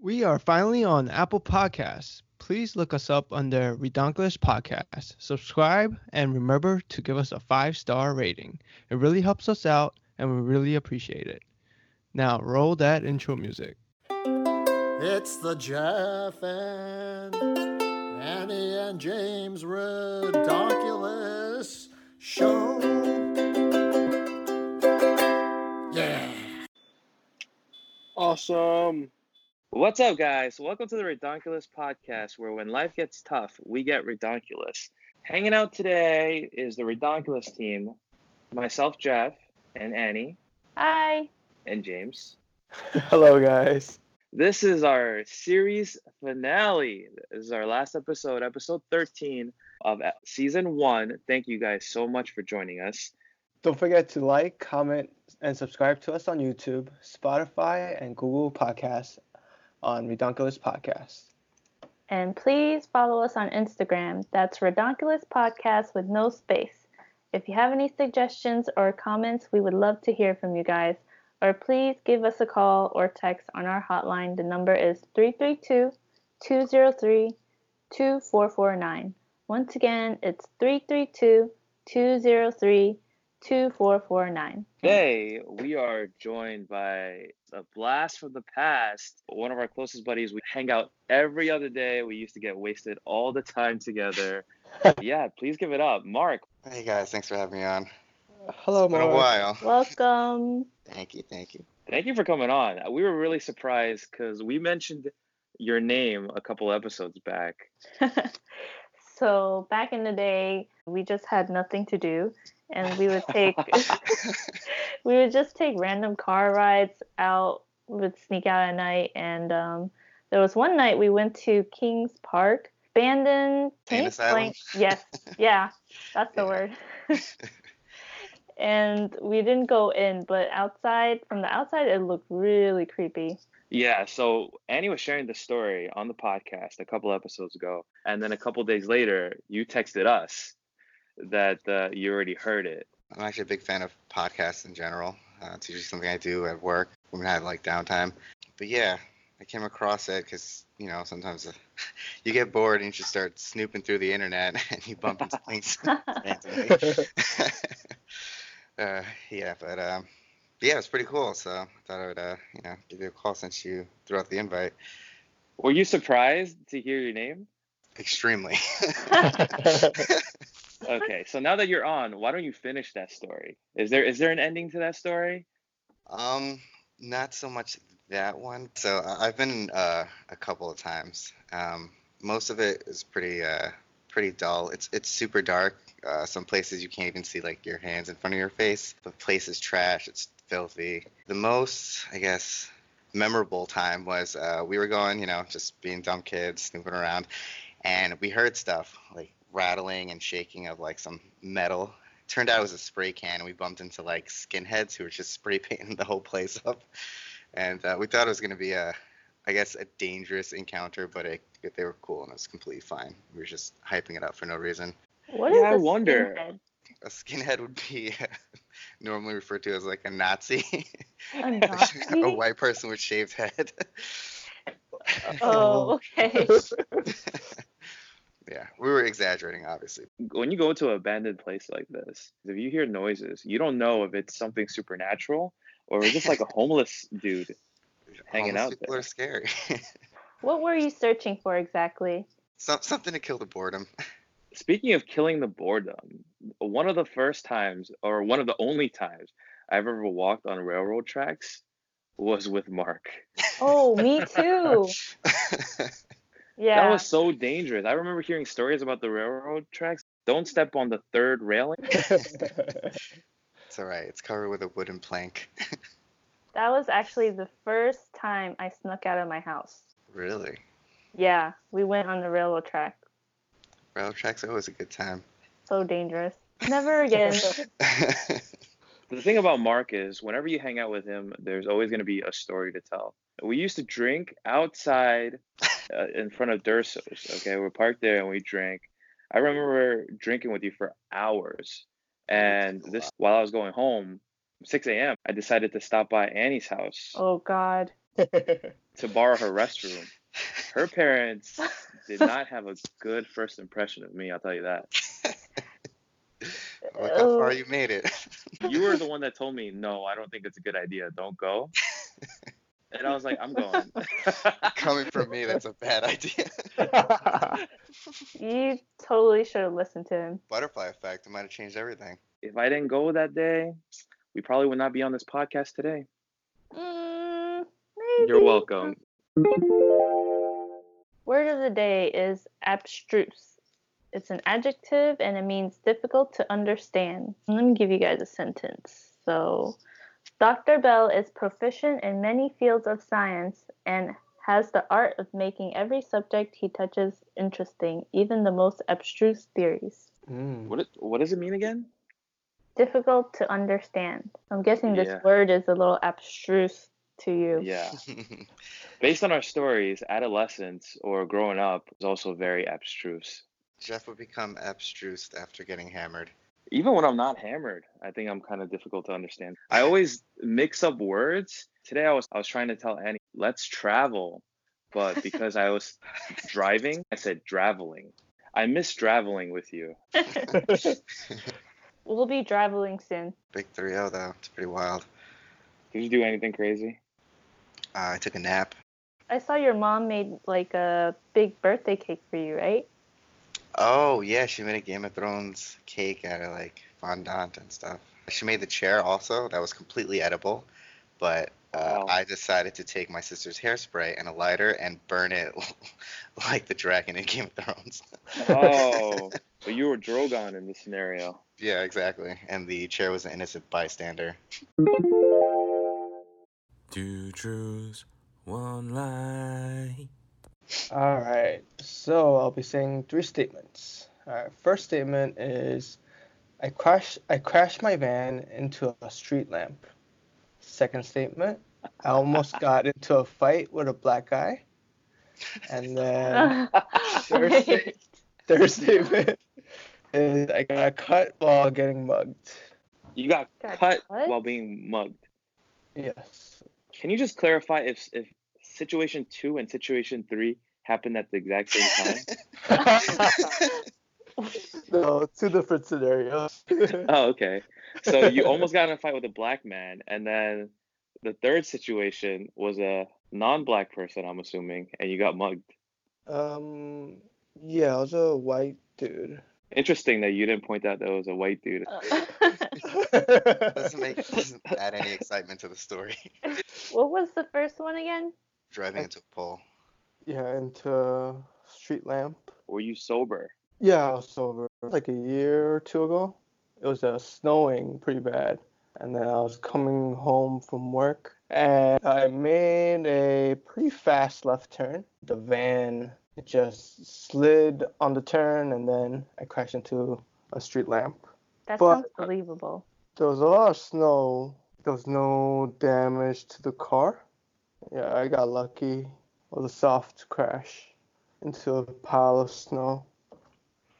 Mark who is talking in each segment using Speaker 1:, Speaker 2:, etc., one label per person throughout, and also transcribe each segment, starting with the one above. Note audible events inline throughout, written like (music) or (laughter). Speaker 1: We are finally on Apple Podcasts. Please look us up under Redonkulous Podcast. Subscribe and remember to give us a five star rating. It really helps us out and we really appreciate it. Now, roll that intro music.
Speaker 2: It's the Jeff and Annie and James Redonkulous Show. Yeah.
Speaker 3: Awesome.
Speaker 4: What's up, guys? Welcome to the Redonkulous podcast, where when life gets tough, we get redonkulous. Hanging out today is the Redonkulous team, myself, Jeff, and Annie,
Speaker 5: Hi.
Speaker 4: and James.
Speaker 3: (laughs) Hello, guys.
Speaker 4: This is our series finale. This is our last episode, episode 13 of season one. Thank you guys so much for joining us.
Speaker 3: Don't forget to like, comment, and subscribe to us on YouTube, Spotify, and Google Podcasts on Redonkulous Podcast.
Speaker 5: And please follow us on Instagram. That's Redonkulous Podcast with no space. If you have any suggestions or comments, we would love to hear from you guys. Or please give us a call or text on our hotline. The number is 332 203 2449. Once again, it's 332 203 2449.
Speaker 4: Today, we are joined by a blast from the past. One of our closest buddies. We hang out every other day. We used to get wasted all the time together. yeah, please give it up. Mark,
Speaker 6: Hey guys, thanks for having me on.
Speaker 3: Hello,
Speaker 6: It's been a
Speaker 3: Mark.
Speaker 6: while.
Speaker 5: Welcome.
Speaker 6: Thank you, thank you.
Speaker 4: thank you for coming on. We were really surprised because we mentioned your name a couple episodes back.
Speaker 5: (laughs) so back in the day, we just had nothing to do, and we would take (laughs) we would just take random car rides out. We would sneak out at night, and um, there was one night we went to Kings Park, abandoned
Speaker 6: Pain
Speaker 5: you
Speaker 6: asylum?
Speaker 5: explain- Yes, yeah, that's the
Speaker 6: Yeah.
Speaker 5: word. and we didn't go in, but outside from the outside, it looked really creepy.
Speaker 4: Yeah, so Annie was sharing the story on the podcast a couple episodes ago, and then a couple days later, you texted us that uh, you already heard it.
Speaker 6: I'm actually a big fan of podcasts in general. Uh, it's usually something I do at work when I have like downtime. But yeah, I came across it because you know sometimes uh, (laughs) you get bored and you just start snooping through the internet (laughs) and you bump into things. (laughs) randomly. (laughs) uh, yeah, but um, yeah, it's pretty cool. So I thought I would uh, you know give you a call since you threw out the invite.
Speaker 4: Were you surprised to hear your name?
Speaker 6: Extremely.
Speaker 4: Okay, so now that you're on, why don't you finish that story? Is there is there an ending to that story?
Speaker 6: Um, not so much that one. So I- I've been uh, a couple of times. Um, most of it is pretty uh, pretty dull. It's it's super dark. Uh, some places you can't even see like your hands in front of your face. The place is trash. It's filthy. The most, I guess, memorable time was uh, we were going, you know, just being dumb kids, snooping around, and we heard stuff like rattling and shaking of like some metal turned out it was a spray can and we bumped into like skinheads who were just spray painting the whole place up and uh, we thought it was going to be a i guess a dangerous encounter but it, they were cool and it was completely fine we were just hyping it up for no reason
Speaker 5: What is
Speaker 4: Yeah, I
Speaker 5: this
Speaker 4: wonder.
Speaker 5: skinhead?
Speaker 6: a skinhead would be (laughs) normally referred to as like a nazi (laughs)
Speaker 5: A
Speaker 6: a
Speaker 5: Nazi?
Speaker 6: white person with shaved head (laughs)
Speaker 5: Oh, okay.
Speaker 4: (laughs)
Speaker 6: yeah we were exaggerating obviously
Speaker 4: When you go to an abandoned place like this, if you hear noises, you don't know if it's something supernatural or just like a homeless dude. Hanging
Speaker 6: Homeless
Speaker 4: out
Speaker 6: people
Speaker 4: there.
Speaker 6: are scary (laughs)
Speaker 5: What were you searching for exactly?
Speaker 6: Some something to kill the boredom (laughs)
Speaker 4: Speaking of killing the boredom, one of the first times or one of the only times I've ever walked on railroad tracks was with Mark.
Speaker 5: Oh, me
Speaker 4: (laughs)
Speaker 5: too. Yeah.
Speaker 4: That was so dangerous. I remember hearing stories about the railroad tracks. Don't step on the third railing.
Speaker 3: (laughs)
Speaker 6: it's all right it's covered with a wooden plank (laughs)
Speaker 5: that was actually the first time I snuck out of my house.
Speaker 6: really
Speaker 5: Yeah, we went on the railroad track.
Speaker 6: Rail tracks are always a good time.
Speaker 5: So dangerous.
Speaker 4: (laughs)
Speaker 5: Never again.
Speaker 4: The thing about Mark is, whenever you hang out with him, there's always going to be a story to tell. We used to drink outside uh, in front of Durso's. Okay, we parked there and we drank. I remember drinking with you for hours. And this, while I was going home, 6 a.m., I decided to stop by Annie's house.
Speaker 5: Oh God.
Speaker 4: to borrow her restroom. Her parents did not have a good first impression of me. I'll tell you that.
Speaker 6: Look how
Speaker 5: Oh.
Speaker 6: far you made it. (laughs)
Speaker 4: You were the one that told me, no, I don't think it's a good idea. Don't go. And I was like, I'm (laughs) going.
Speaker 6: Coming from me, that's a bad idea. (laughs)
Speaker 5: You totally should have listened to him.
Speaker 6: Butterfly effect. It might have changed everything. (laughs)
Speaker 4: if I didn't go that day, we probably would not be on this podcast today.
Speaker 5: Mm, maybe.
Speaker 4: You're welcome.
Speaker 5: Word of the day is abstruse. It's an adjective and it means difficult to understand. Let me give you guys a sentence. So, Dr. Bell is proficient in many fields of science and has the art of making every subject he touches interesting, even the most abstruse theories.
Speaker 3: Mm.
Speaker 4: What it- what does it mean again?
Speaker 5: Difficult to understand. I'm guessing this
Speaker 4: Yeah.
Speaker 5: word is a little abstruse to you.
Speaker 4: Yeah. Based on our stories, adolescence or growing up is also very abstruse.
Speaker 6: Jeff would become abstruse after getting hammered.
Speaker 4: Even when I'm not hammered, I think I'm kind of difficult to understand. I always mix up words. Today I was I was trying to tell Annie, "Let's travel."
Speaker 5: (laughs)
Speaker 4: But because I was driving, I said "draveling." I miss draveling with you.
Speaker 5: We'll be traveling soon.
Speaker 6: Big 3 0, though. It's pretty wild.
Speaker 4: Did you do anything crazy?
Speaker 6: Uh, I took a nap.
Speaker 5: I saw your mom made like a big birthday cake for you, right?
Speaker 6: Oh, yeah, she made a Game of Thrones cake out of like fondant and stuff. She made the chair also. That was completely edible. But uh,
Speaker 4: Wow.
Speaker 6: I decided to take my sister's hairspray and a lighter and burn it (laughs) like the dragon in Game of Thrones.
Speaker 4: Oh, (laughs) but you were Drogon in this scenario.
Speaker 6: yeah, exactly. And the chair was an innocent bystander.
Speaker 7: Two truths, one lie.
Speaker 3: All right. So I'll be saying three statements. All right. First statement is, I crashed. I crashed my van into a street lamp. Second statement, I almost got into a fight with a black guy. And then third,
Speaker 5: (laughs)
Speaker 3: sta- third statement is, I got cut while getting mugged.
Speaker 4: You got,
Speaker 5: Got
Speaker 4: cut
Speaker 5: cut?
Speaker 4: while being mugged.
Speaker 3: Yes. (laughs)
Speaker 4: Can you just clarify if if situation two and situation three happened at the exact same time?
Speaker 3: No, two different scenarios.
Speaker 4: oh, okay. So (laughs) you almost got in a fight with a black man, and then the third situation was a non-black person, I'm assuming, and you got mugged.
Speaker 3: um. Yeah, I was a white dude.
Speaker 4: Interesting that you didn't point out that it was a white dude.
Speaker 3: (laughs)
Speaker 6: doesn't make doesn't add any excitement to the story. (laughs)
Speaker 5: what was the first one again?
Speaker 6: Driving into a pole.
Speaker 3: (laughs) Yeah, into a street lamp.
Speaker 4: Were you sober?
Speaker 3: Yeah, I was sober like a year or two ago. It was uh, snowing pretty bad, and then I was coming home from work, and I made a pretty fast left turn. The van just slid on the turn, and then I crashed into a street lamp.
Speaker 5: That
Speaker 3: But-
Speaker 5: sounds believable.
Speaker 3: There was a lot of snow. There was no damage to the car. Yeah, I got lucky. It was a soft crash into a pile of snow.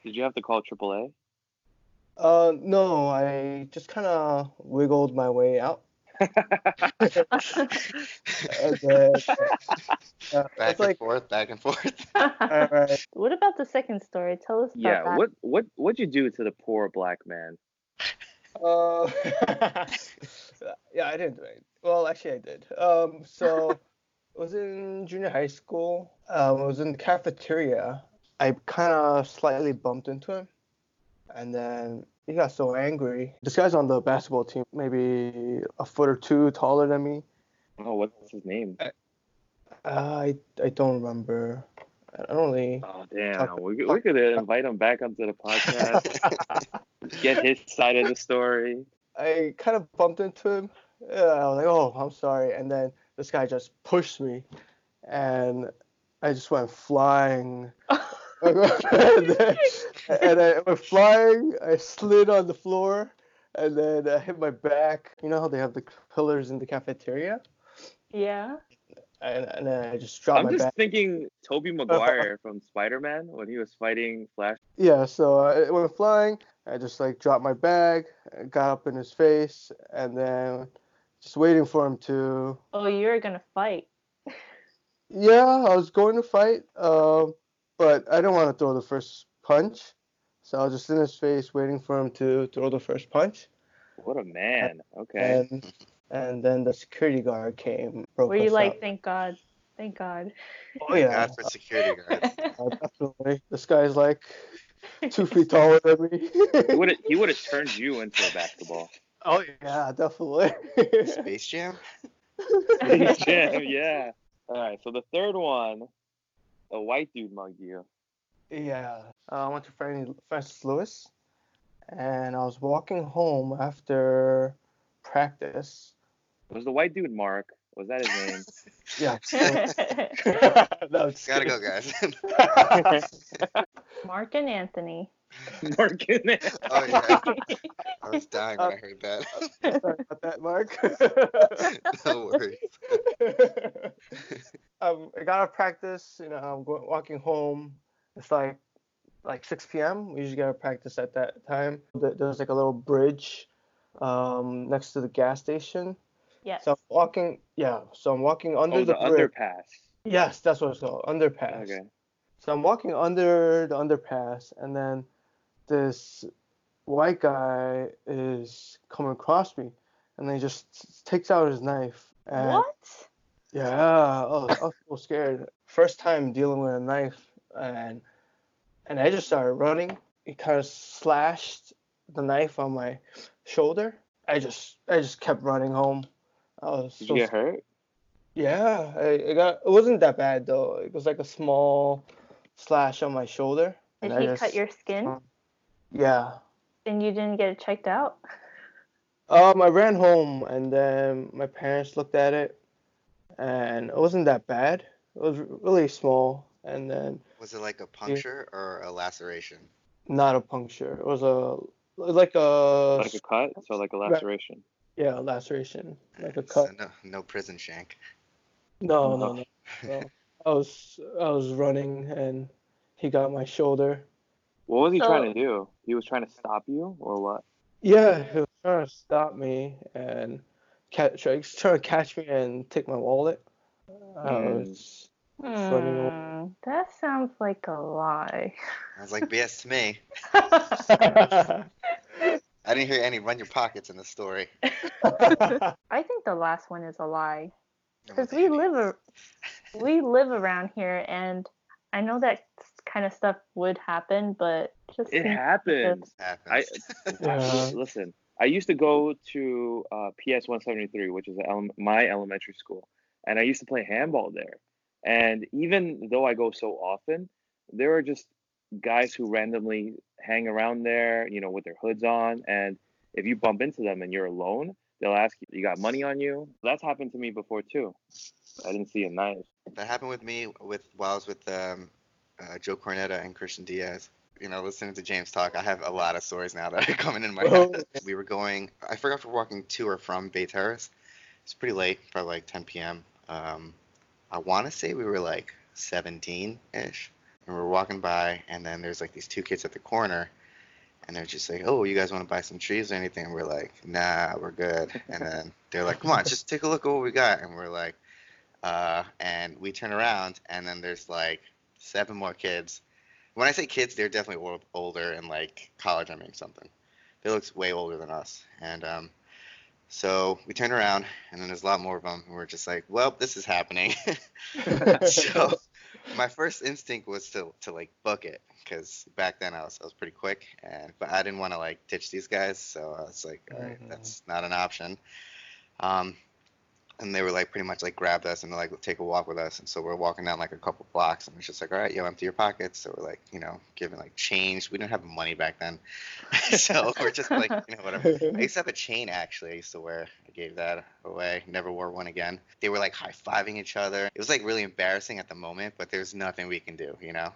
Speaker 4: Did you have to call AAA?
Speaker 3: Uh, no, I just kind of wiggled my way out. (laughs) And then, uh,
Speaker 6: Back
Speaker 3: it's
Speaker 6: and
Speaker 3: like,
Speaker 6: forth, back and forth.
Speaker 3: all right,
Speaker 5: (laughs) what about the second story? Tell us about
Speaker 4: Yeah.
Speaker 5: that.
Speaker 4: What what what'd you do to the poor black man?
Speaker 3: uh, (laughs) yeah, I didn't do it. Well, actually, I did. Um, so I was in junior high school. Um, I was in the cafeteria. I kind of slightly bumped into him, and then he got so angry. This guy's on the basketball team, maybe a foot or two taller than me.
Speaker 4: Oh, what's his name?
Speaker 3: Uh, I I don't remember. I don't really.
Speaker 4: Oh damn, we, could- we could invite him back onto the podcast, (laughs) get his side of the story.
Speaker 3: I kind of bumped into him. Yeah, I was like, oh, I'm sorry. And then this guy just pushed me, and I just went
Speaker 4: (laughs)
Speaker 3: flying. and, then, and I went flying. I slid on the floor, and then I hit my back. You know how they have the pillars in the cafeteria,
Speaker 5: Yeah.
Speaker 3: and, and then I just dropped
Speaker 4: I'm
Speaker 3: my
Speaker 4: just
Speaker 3: back.
Speaker 4: thinking (laughs) Toby Maguire from Spider-Man when he was fighting Flash.
Speaker 3: Yeah, so I went flying. I just like dropped my bag, got up in his face, and then just waiting for him to
Speaker 5: Oh, you were gonna fight.
Speaker 3: Yeah, I was going to fight, uh, but I didn't want to throw the first punch. So I was just in his face waiting for him to throw the first punch.
Speaker 4: What a man. Okay.
Speaker 3: And and then the security guard came. Broke
Speaker 5: Were you
Speaker 3: us
Speaker 5: like,
Speaker 3: Oh, up.
Speaker 5: thank God, thank
Speaker 3: (laughs)
Speaker 5: God?
Speaker 3: oh yeah,
Speaker 6: God for security guards.
Speaker 3: uh, definitely. This guy's like two feet taller than me. (laughs)
Speaker 4: He would have he would have turned you into a basketball.
Speaker 3: oh yeah, definitely. (laughs)
Speaker 6: Space Jam.
Speaker 4: (laughs) yeah, (laughs) yeah. All right. So the third one, a white dude mugged you.
Speaker 3: Yeah, uh, I went to Franny, Francis Lewis, and I was walking home after practice.
Speaker 4: Was the white dude Mark? Was that his name?
Speaker 3: Yeah.
Speaker 5: Mark
Speaker 3: no, just
Speaker 6: Gotta go,
Speaker 3: kidding. (laughs)
Speaker 6: guys. (laughs)
Speaker 3: (laughs)
Speaker 5: and Anthony.
Speaker 4: (laughs) Mark in there.
Speaker 6: oh yeah, I was dying when I
Speaker 3: (laughs)
Speaker 6: heard that.
Speaker 3: Sorry about that, Mark.
Speaker 6: (laughs) no worries.
Speaker 3: um, I got out of practice. You know, I'm go- walking home. It's like like 6 p.m. We usually got to practice at that time. There- There's like a little bridge um, next to the gas station.
Speaker 5: yes.
Speaker 3: So I'm walking, yeah. So I'm walking under
Speaker 4: Oh, the
Speaker 3: the, bridge.
Speaker 4: underpass.
Speaker 3: Yes, that's what it's called, underpass.
Speaker 4: Okay.
Speaker 3: So I'm walking under the underpass, and then this white guy is coming across me, and then he just s- takes out his knife. And
Speaker 5: what?
Speaker 3: Yeah, oh, I was so scared. First time dealing with a knife, and and I just started running. He kind of slashed the knife on my shoulder. I just I just kept running home. I was
Speaker 4: Did
Speaker 3: so
Speaker 4: you get hurt?
Speaker 3: yeah, I, I got. It wasn't that bad though. It was like a small slash on my shoulder. and
Speaker 5: Did
Speaker 3: I
Speaker 5: he
Speaker 3: just-
Speaker 5: cut your skin
Speaker 3: Yeah.
Speaker 5: and you didn't get it checked out?
Speaker 3: Um, I ran home and then my parents looked at it, and it wasn't that bad. It was really small, and then
Speaker 6: Was it like a puncture or a laceration?
Speaker 3: not a puncture. It was a like a
Speaker 4: Like a cut? So like a
Speaker 3: Right.
Speaker 4: laceration.
Speaker 3: yeah laceration, like a
Speaker 6: So
Speaker 3: cut.
Speaker 6: no, no prison shank.
Speaker 3: No, no, no. no. I was I was running and he got my shoulder.
Speaker 4: What was he
Speaker 5: So-
Speaker 4: trying to do? He was trying to stop you or what?
Speaker 3: Yeah, he was trying to stop me and catch, he was trying to catch me and take my wallet. I
Speaker 4: Mm.
Speaker 3: was- (laughs)
Speaker 5: Hmm, that sounds like a lie.
Speaker 6: I was like, BS to me.
Speaker 3: I
Speaker 6: I didn't hear any run your pockets in
Speaker 3: (laughs)
Speaker 6: the story.
Speaker 5: I think the last one is a
Speaker 6: I
Speaker 5: lie
Speaker 6: don't
Speaker 5: because we
Speaker 6: think any-
Speaker 4: (laughs)
Speaker 5: live ar- we live around here, and I know that kind of stuff would happen, but just
Speaker 4: It
Speaker 5: seems-
Speaker 4: happens.
Speaker 6: happens.
Speaker 3: Yeah.
Speaker 4: (laughs) Listen, I used to go to uh, PS 173, which is ele- my elementary school, and I used to play handball there. And even though I go so often, there are just guys who randomly hang around there, you know, with their hoods on. And if you bump into them and you're alone, they'll ask you, "You got money on you?" That's happened to me before too. I didn't see a knife.
Speaker 6: that happened with me with while I was with um, uh, Joe Cornetta and Christian Diaz. You know, listening to James talk, I have a lot of stories now that are (laughs) coming in my head. We were going, I forgot if we're walking to or from Bay Terrace. It's pretty late, probably like 10 p.m. Um, I want to say we were like 17 ish. And we were walking by, and then there's like these two kids at the corner, and they're just like, oh, you guys want to buy some trees or anything? And we're like, nah, we're good. And then they're like, come on, just take a look at what we got. And we're like, uh, and we turn around, and then there's like seven more kids. When I say kids, they're definitely old, older and like college. I mean something. They look way older than us. And um, so we turn around, and then there's a lot more of them. And we're just like, well, this is happening. (laughs)
Speaker 3: (laughs)
Speaker 6: so (laughs) my first instinct was to, to like book it because back then I was, I was pretty quick and but I didn't want to like ditch these guys so I was like all right,
Speaker 3: Mhm.
Speaker 6: that's not an option um and they were like pretty much like grabbed us and like take a walk with us and so we're walking down like a couple blocks and it's just like all right yo empty your pockets so we're like you know giving like change we didn't have money back then (laughs) so we're just like you know whatever I used to have a chain actually. I used to wear. I gave that away. Never wore one again. They were like high fiving each other. It was like really embarrassing at the moment, but there's nothing we can do, you know.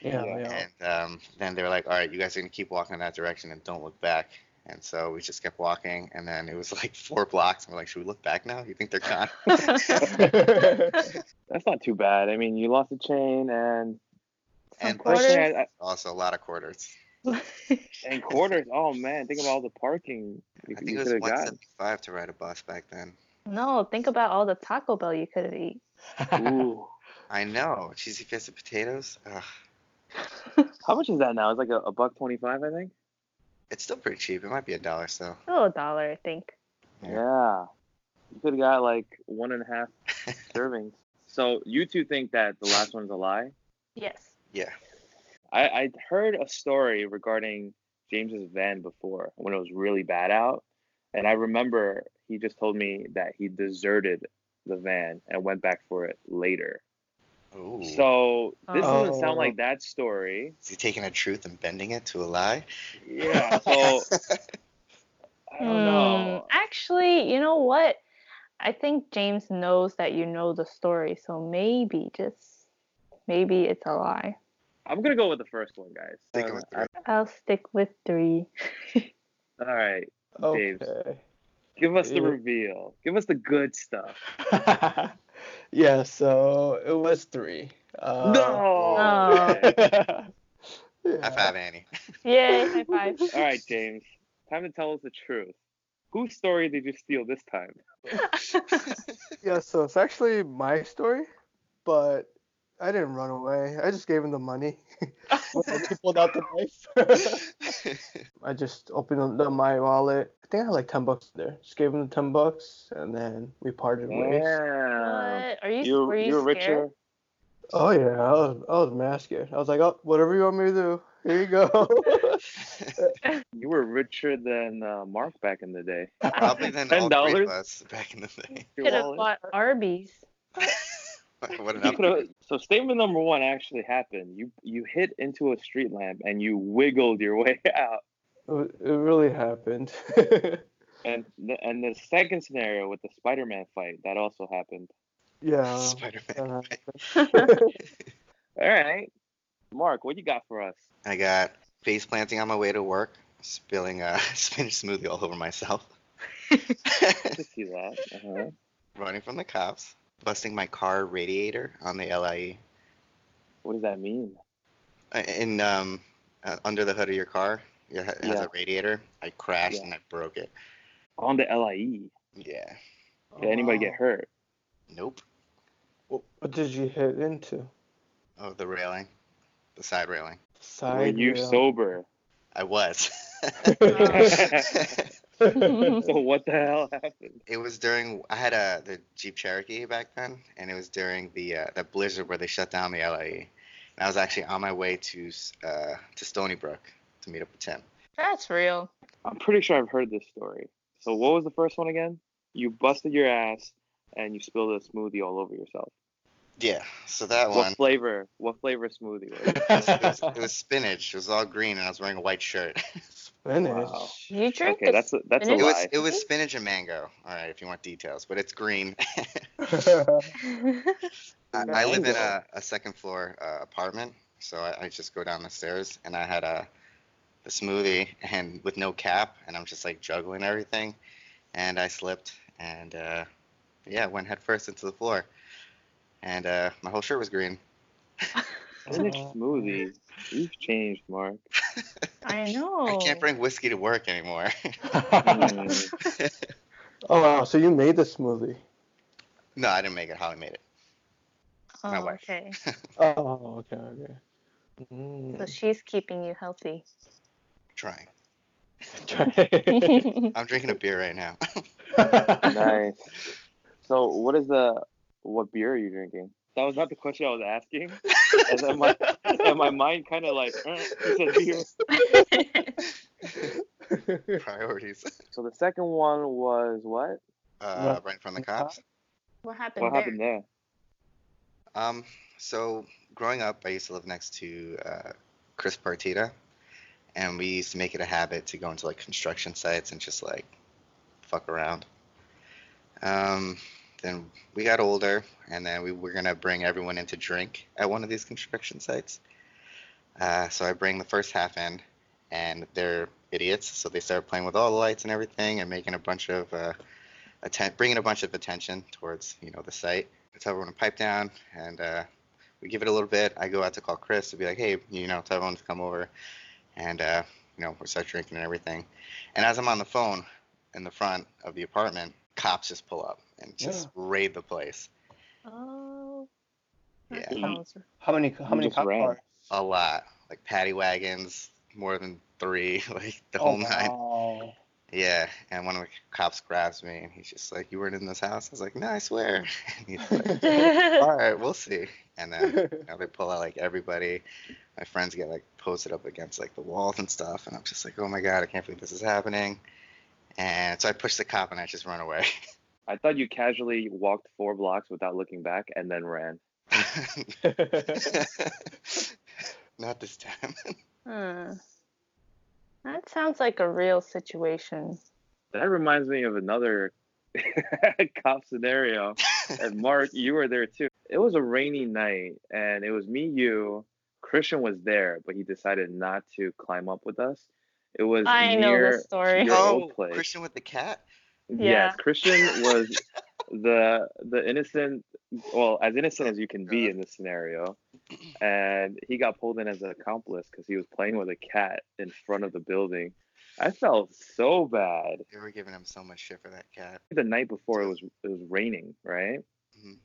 Speaker 3: yeah, yeah. (laughs)
Speaker 6: And um, then they were like, "All right, you guys are gonna keep walking in that direction and don't look back." And so we just kept walking, and then it was (laughs) like four blocks, and we're like, "Should we look back now? You think they're
Speaker 4: (laughs)
Speaker 6: gone?"
Speaker 4: That's not too bad. I mean, you lost a chain and
Speaker 6: and
Speaker 4: Personally,
Speaker 5: quarters?
Speaker 4: I- I-
Speaker 6: also a lot of quarters.
Speaker 4: and quarters. Oh man, think about all the parking you,
Speaker 6: I think it was
Speaker 4: could have got.
Speaker 6: 175 to ride a bus back then. (laughs)
Speaker 5: no, think about all the Taco Bell you could have eaten.
Speaker 4: Ooh,
Speaker 6: I know cheesy fiesta potatoes. Ugh,
Speaker 4: How much is that now? It's like a, a buck twenty-five, I think.
Speaker 6: it's still pretty cheap. It might be a dollar still.
Speaker 5: A little dollar, I think.
Speaker 6: Yeah.
Speaker 4: Yeah. You could have got like one and a
Speaker 6: (laughs)
Speaker 4: half servings. So you two think that the last one's a lie?
Speaker 5: Yes.
Speaker 6: Yeah.
Speaker 4: I, I heard a story regarding James's van before when it was really bad out, and I remember he just told me that he deserted the van and went back for it later.
Speaker 6: Ooh.
Speaker 4: So this doesn't
Speaker 3: Oh.
Speaker 4: sound like that story.
Speaker 6: Is he taking a truth and bending it to a lie?
Speaker 4: Yeah. So I don't know.
Speaker 5: Hmm, Actually, you know what? I think James knows that you know the story, so maybe just maybe it's a lie.
Speaker 4: I'm gonna go with the first one, guys.
Speaker 6: Think it was the-
Speaker 5: I'll stick with
Speaker 4: (laughs)
Speaker 5: three.
Speaker 4: all right. Dave.
Speaker 3: Okay. (laughs)
Speaker 4: Give us the
Speaker 3: Yeah.
Speaker 4: reveal. Give us the good stuff.
Speaker 3: yeah, so it was three. Uh, (laughs)
Speaker 5: No.
Speaker 4: no.
Speaker 6: High
Speaker 3: yeah.
Speaker 6: five, Annie.
Speaker 5: Yay,
Speaker 4: (laughs)
Speaker 5: high five.
Speaker 4: (laughs) All right, James. Time to tell us the truth. Whose story did you steal this time?
Speaker 3: yeah, so it's actually my story, but I didn't run away. I just gave him the money. (laughs) When he pulled out the knife. (laughs) I just opened up my wallet. I think I had like 10 bucks there. Just gave him the 10 bucks and then we parted ways.
Speaker 4: Yeah.
Speaker 5: What? Are you,
Speaker 4: You
Speaker 5: were
Speaker 4: you
Speaker 5: you
Speaker 4: were
Speaker 5: scared?
Speaker 4: richer.
Speaker 3: Oh, yeah. I was, I was mad scared. I was like, oh, whatever you want me to do, here you
Speaker 4: (laughs)
Speaker 3: go. (laughs)
Speaker 4: You were richer than uh, Mark back in the day.
Speaker 6: Probably than all three
Speaker 4: $10?
Speaker 6: of us back in the
Speaker 4: (laughs)
Speaker 6: day.
Speaker 4: Your
Speaker 5: Could have
Speaker 4: wallet.
Speaker 5: bought
Speaker 4: (laughs)
Speaker 5: Arby's.
Speaker 6: what an
Speaker 4: You
Speaker 6: up.
Speaker 4: could've- so statement number one actually happened. You you hit into a street lamp and you wiggled your way (laughs) out.
Speaker 3: It wa- it really happened. (laughs)
Speaker 4: And the, and the second scenario with the Spider-Man fight that also happened.
Speaker 3: yeah.
Speaker 6: (laughs)
Speaker 3: Uh,
Speaker 6: Spider-Man.
Speaker 3: that
Speaker 4: All right, Mark, what you got for us?
Speaker 6: I got face planting on my way to work, spilling a (laughs) spinach smoothie all over myself, (laughs)
Speaker 4: I see that. Uh-huh.
Speaker 6: running from the cops, busting my car radiator on the LIE,
Speaker 4: What does that mean?
Speaker 6: Uh, in um, uh, under the hood of your car. It ha- it has
Speaker 4: Yeah.
Speaker 6: a radiator. I crashed
Speaker 4: Yeah.
Speaker 6: and I broke it.
Speaker 4: On the LIE.
Speaker 6: Yeah.
Speaker 3: happened.
Speaker 4: Did anybody get hurt?
Speaker 6: Nope.
Speaker 3: Wh- What did you hit into?
Speaker 6: Oh, the railing, the side railing.
Speaker 4: Were
Speaker 3: Side
Speaker 4: you
Speaker 3: rail.
Speaker 4: sober? (laughs)
Speaker 6: I was. (laughs)
Speaker 4: So what the hell happened?
Speaker 6: It was during I had a the Jeep Cherokee back then, and it was during the uh, the blizzard where they shut down the LAE. And I was actually on my way to s- uh, to Stony Brook to meet up with Tim.
Speaker 5: That's real.
Speaker 4: I'm pretty sure I've heard this story. So what was the first one again? You busted your ass and you spilled a smoothie all over yourself.
Speaker 6: Yeah, so that one. (laughs)
Speaker 4: What flavor? What flavor smoothie was it?
Speaker 6: It was, it was- it was spinach. It was all green, and I was wearing a white shirt.
Speaker 3: Spinach.
Speaker 4: Wow.
Speaker 5: You drink
Speaker 4: Okay, that's a, that's a
Speaker 5: spinach?
Speaker 6: It was
Speaker 4: lie.
Speaker 6: it was spinach and mango. All right, if you want details, but it's green.
Speaker 5: (laughs)
Speaker 6: I, I live in a, a second floor uh, apartment, so I, I just go down the stairs, and I had a the smoothie and with no cap, and I'm just like juggling everything, and I slipped, and uh, yeah, went headfirst into the floor, and uh, my whole shirt was green.
Speaker 4: Spinach smoothie. You've changed, Mark.
Speaker 5: I know.
Speaker 6: I can't bring whiskey to work anymore. (laughs)
Speaker 4: Mm.
Speaker 3: (laughs) oh wow! So you made the smoothie?
Speaker 6: no, I didn't make it. Holly made it. my
Speaker 5: Oh,
Speaker 6: wife.
Speaker 5: Okay.
Speaker 3: Oh, okay, okay. Mm.
Speaker 5: So she's keeping you healthy. (laughs)
Speaker 6: Trying.
Speaker 3: (laughs) Try-
Speaker 4: (laughs)
Speaker 3: (laughs)
Speaker 6: I'm drinking a beer right now. (laughs)
Speaker 4: Nice. So what is the what beer are you drinking? That was not the question I was asking. and then my and my mind kind of like uh, he said beer.
Speaker 6: Priorities.
Speaker 4: So the second one was what?
Speaker 6: Uh,
Speaker 3: What?
Speaker 6: right from the cops.
Speaker 5: what happened
Speaker 4: What
Speaker 5: there?
Speaker 4: happened there?
Speaker 6: Um, so growing up, I used to live next to uh, Chris Partita, and we used to make it a habit to go into like construction sites and just like fuck around. Um, then we got older, and then we were gonna bring everyone in to drink at one of these construction sites. Uh, so I bring the first half in, and they're idiots, so they start playing with all the lights and everything, and making a bunch of uh, atten- bringing a bunch of attention towards you know the site. I tell everyone to pipe down, and uh, we give it a little bit. I go out to call Chris to be like, hey, you know, tell everyone to come over, and uh, you know, we start drinking and everything. And as I'm on the phone in the front of the apartment, cops just pull up and just raid the place.
Speaker 5: Oh, That
Speaker 6: Yeah.
Speaker 5: sounds (laughs)
Speaker 3: How many how
Speaker 4: You
Speaker 3: many
Speaker 4: just
Speaker 3: cop
Speaker 4: ran.
Speaker 3: cars?
Speaker 6: a lot, like paddy wagons, more than three, (laughs) like the
Speaker 3: Oh,
Speaker 6: whole nine.
Speaker 3: wow.
Speaker 6: Yeah, and one of the cops grabs me and he's just like, "You weren't in this house." I was like, "No, I swear." (laughs) And he's like,
Speaker 5: right.
Speaker 6: "All right, we'll see." And then
Speaker 3: (laughs)
Speaker 6: you know, they pull out like everybody. My friends get like posted up against like the walls and stuff, and I'm just like, "Oh my god, I can't believe this is happening." And so I push the cop and I just run away. (laughs)
Speaker 4: I thought you casually walked four blocks without looking back and then ran.
Speaker 6: Not this time.
Speaker 5: Huh. That sounds like a real situation.
Speaker 4: That reminds me of another (laughs) cop scenario.
Speaker 5: (laughs)
Speaker 4: And Mark, you were there too. It was a rainy night, and it was me, you. Christian was there, but he decided not to climb up with us. It was
Speaker 5: I know
Speaker 4: near
Speaker 5: this story.
Speaker 4: Your
Speaker 6: oh,
Speaker 4: old place.
Speaker 6: Christian with the cat.
Speaker 5: Yeah.
Speaker 4: Yes, Christian
Speaker 5: (laughs)
Speaker 4: was the the innocent, well, as innocent as you can be in this scenario, and he got pulled in as an accomplice because he was playing with a cat in front of the building. I felt so bad.
Speaker 6: They were giving him so much shit for that cat.
Speaker 4: The night before it was it was raining, right?
Speaker 6: Mhm.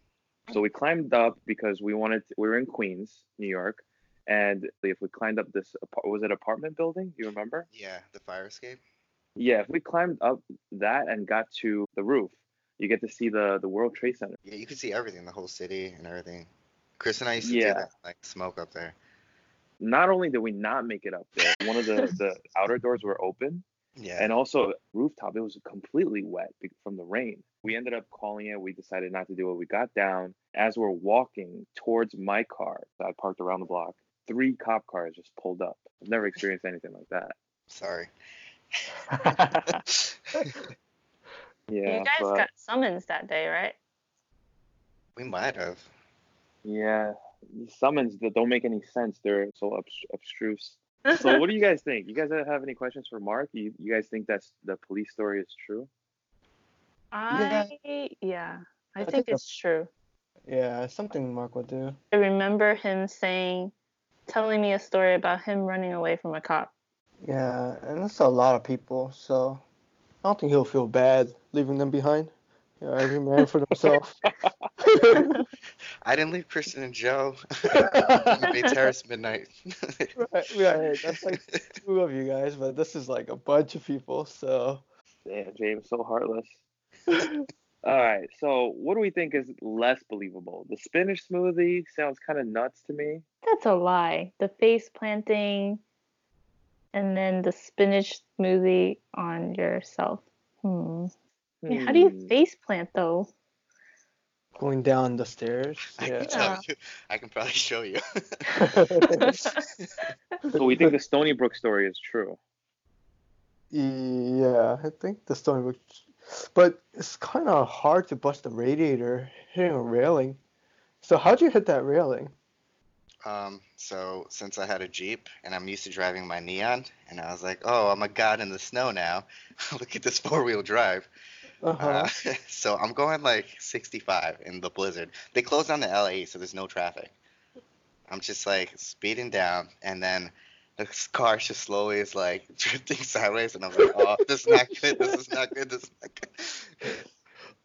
Speaker 4: So we climbed up because we wanted to, we were in Queens, New York, and if we climbed up this apar- was it apartment building? Do you remember?
Speaker 6: Yeah, the fire escape.
Speaker 4: Yeah, if we climbed up that and got to the roof, you get to see the the World Trade Center.
Speaker 6: Yeah, you could see everything, the whole city and everything. Chris and I used to
Speaker 4: Yeah.
Speaker 6: do that, like smoke up there.
Speaker 4: not only did we not make it up there, one of the, the outer doors were open
Speaker 6: Yeah.
Speaker 4: and also rooftop, it was completely wet be- from the rain. We ended up calling it. We decided not to do it. We got down. As we're walking towards my car that I parked around the block, three cop cars just pulled up. I've never experienced anything like that.
Speaker 6: Sorry.
Speaker 4: Yeah.
Speaker 5: you guys
Speaker 4: but,
Speaker 5: got summons that day, right?
Speaker 6: we might have.
Speaker 4: yeah. the Summons that don't make any sense. They're so obst-
Speaker 5: (laughs)
Speaker 4: obstruse. So, what do you guys think? You guys have any questions for Mark? You, you guys think that's the police story is true?
Speaker 5: I yeah, I, think,
Speaker 3: think the-
Speaker 5: it's true.
Speaker 3: Yeah, something Mark would do.
Speaker 5: I remember him saying, telling me a story about him running away from a cop.
Speaker 3: Yeah, and that's a lot of people, so I don't think he'll feel bad leaving them behind. You know, every man for
Speaker 6: (laughs)
Speaker 3: themselves. (laughs)
Speaker 6: I didn't leave Christian and
Speaker 4: (laughs)
Speaker 6: Joe (laughs) on the Bay
Speaker 3: right,
Speaker 6: Terrace midnight. (laughs)
Speaker 3: right, that's like two of you guys, but this is like a bunch of people, so
Speaker 4: Damn, James, so heartless. (laughs) All right, so what do we think is less believable? The spinach smoothie sounds kind of nuts to me.
Speaker 5: That's a lie. The face planting, and then the spinach smoothie on yourself. Hmm. I mean, How do
Speaker 4: Hmm.
Speaker 5: you face plant though?
Speaker 3: going down the stairs.
Speaker 6: I can
Speaker 5: Yeah.
Speaker 6: tell you. I can probably show you.
Speaker 3: Yeah. (laughs)
Speaker 4: So we
Speaker 5: (laughs)
Speaker 4: think the Stony Brook story is true.
Speaker 3: Yeah, I think the Stony Brook. But it's kind of hard to bust the radiator hitting a railing. So how'd you hit that railing?
Speaker 6: Um, so since I had a Jeep and I'm used to driving my Neon, and I was like, oh, I'm a god in the snow now. (laughs) Look at this four-wheel drive.
Speaker 3: Uh-huh.
Speaker 6: Uh, (laughs) so I'm going like 65 in the blizzard. They closed down the LA, so there's no traffic. I'm just like speeding down, and then this car just slowly is like (laughs) drifting sideways, and I'm like, oh, this is not good. This is not good. This is
Speaker 3: (laughs)
Speaker 6: not good.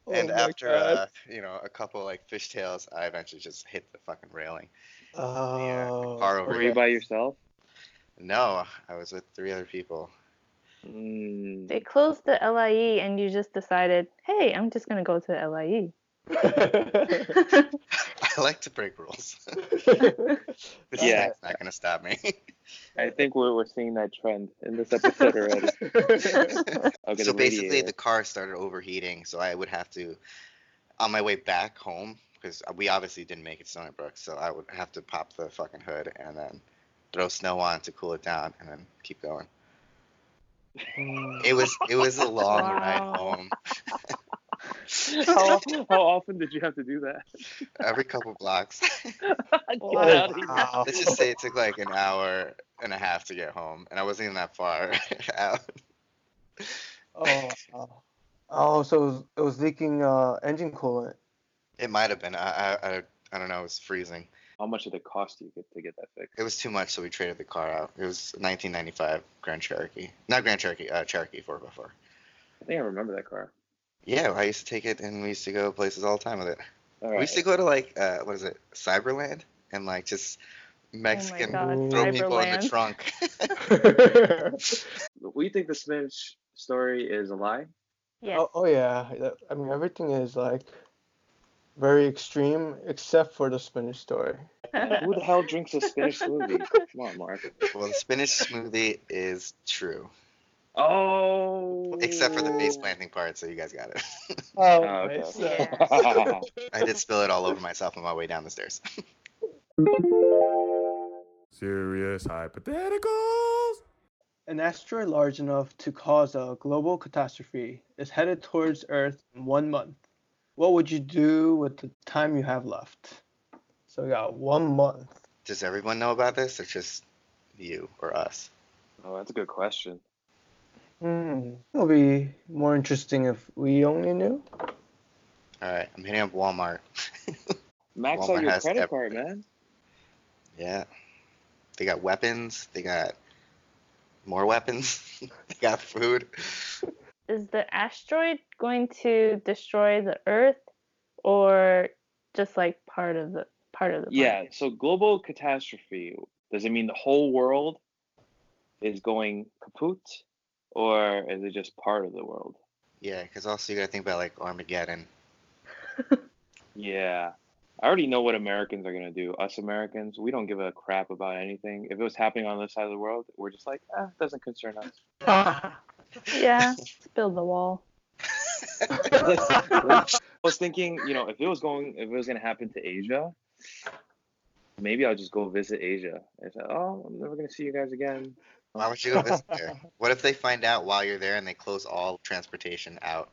Speaker 3: Oh
Speaker 6: and
Speaker 3: my
Speaker 6: after
Speaker 3: God.
Speaker 6: uh, you know a couple like fishtails, I eventually just hit the fucking railing.
Speaker 3: Oh,
Speaker 6: car over
Speaker 4: Were
Speaker 6: Right.
Speaker 4: you by yourself?
Speaker 6: No, I was with three other people. (laughs)
Speaker 4: Mm.
Speaker 6: Hmm.
Speaker 5: They closed the LIE and you just decided, hey, I'm just gonna go to the E." LIE.
Speaker 6: I like to break rules. (laughs) this
Speaker 4: Yeah.
Speaker 6: snack's not gonna stop me. (laughs)
Speaker 4: I think we're, we're seeing that trend in this episode already. Okay, uh,
Speaker 6: so
Speaker 4: the
Speaker 6: basically,
Speaker 4: radiator.
Speaker 6: the car started overheating, so I would have to, on my way back home, because we obviously didn't make it to Stony Brook, so I would have to pop the fucking hood and then throw snow on to cool it down and then keep going. It was it was a long ride
Speaker 5: Wow.
Speaker 6: home. (laughs)
Speaker 4: how, how often did you have to do
Speaker 5: (laughs)
Speaker 4: that?
Speaker 6: Every couple blocks. (laughs)
Speaker 3: (laughs)
Speaker 4: Get
Speaker 3: Oh,
Speaker 4: out of here.
Speaker 3: wow.
Speaker 6: Let's just say it took like an hour and a half to get home, and I wasn't even that far (laughs) out.
Speaker 3: (laughs) Oh, wow. oh, so it was, it was leaking uh, engine (laughs) coolant.
Speaker 6: It might have been. I I, I, I don't know. It was freezing.
Speaker 4: How much did it cost you to get that fixed?
Speaker 6: It was too much, so we traded the car out. It was 1995 Grand Cherokee, not Grand Cherokee, uh, Cherokee 4x4.
Speaker 4: I think I remember that car.
Speaker 6: Yeah, I used to take it, and we used to go places all the time with it.
Speaker 4: All
Speaker 6: We
Speaker 4: right.
Speaker 6: used to go to like uh, what is it, Cyberland, and like just Mexican
Speaker 5: Oh God,
Speaker 6: throw people in
Speaker 5: Cyberland.
Speaker 6: the trunk.
Speaker 4: we think the Smitch story is a lie.
Speaker 5: Yes.
Speaker 3: Oh, oh yeah. that- I mean, everything is like very extreme except for the spinach story.
Speaker 4: Who the hell drinks a spinach smoothie? Come on, Mark.
Speaker 6: well, the spinach smoothie is true,
Speaker 4: Oh.
Speaker 6: except for the face planting part. So you guys got it. (laughs)
Speaker 3: Oh,
Speaker 4: okay. (laughs)
Speaker 3: nice.
Speaker 5: Yeah.
Speaker 6: I did spill it all over myself on my way down the stairs.
Speaker 7: Serious hypotheticals.
Speaker 3: An asteroid large enough to cause a global catastrophe is headed towards Earth in one month. What would you do with the time you have left? So we got one month.
Speaker 6: Does everyone know about this, or just you or us?
Speaker 4: Oh, that's a good question.
Speaker 3: Hmm. It'll be more interesting if we only knew.
Speaker 6: All right, I'm hitting up Walmart.
Speaker 4: Max
Speaker 6: Walmart
Speaker 4: out your
Speaker 6: has
Speaker 4: credit
Speaker 6: every-
Speaker 4: card, man.
Speaker 6: Yeah, they got weapons. They got more weapons. (laughs) they got food.
Speaker 5: (laughs) Is the asteroid going to destroy the Earth, or just like part of the part of the?
Speaker 4: Yeah.
Speaker 5: planet?
Speaker 4: So global catastrophe. Does it mean the whole world is going kaput, or is it just part of the world?
Speaker 6: Yeah, because also you gotta think about like Armageddon.
Speaker 4: Yeah. I already know what Americans are gonna do. Us Americans, we don't give a crap about anything. If it was happening on this side of the world, we're just like, ah, it doesn't concern us.
Speaker 3: (laughs)
Speaker 4: (laughs)
Speaker 5: Yeah. just build the wall.
Speaker 4: (laughs) I was thinking, you know, if it was going, if it was gonna happen to Asia, maybe I'll just go visit Asia. I said, oh, I'm never gonna see you guys again.
Speaker 6: Why would you go visit there? What if they find out while you're there and they close all transportation out?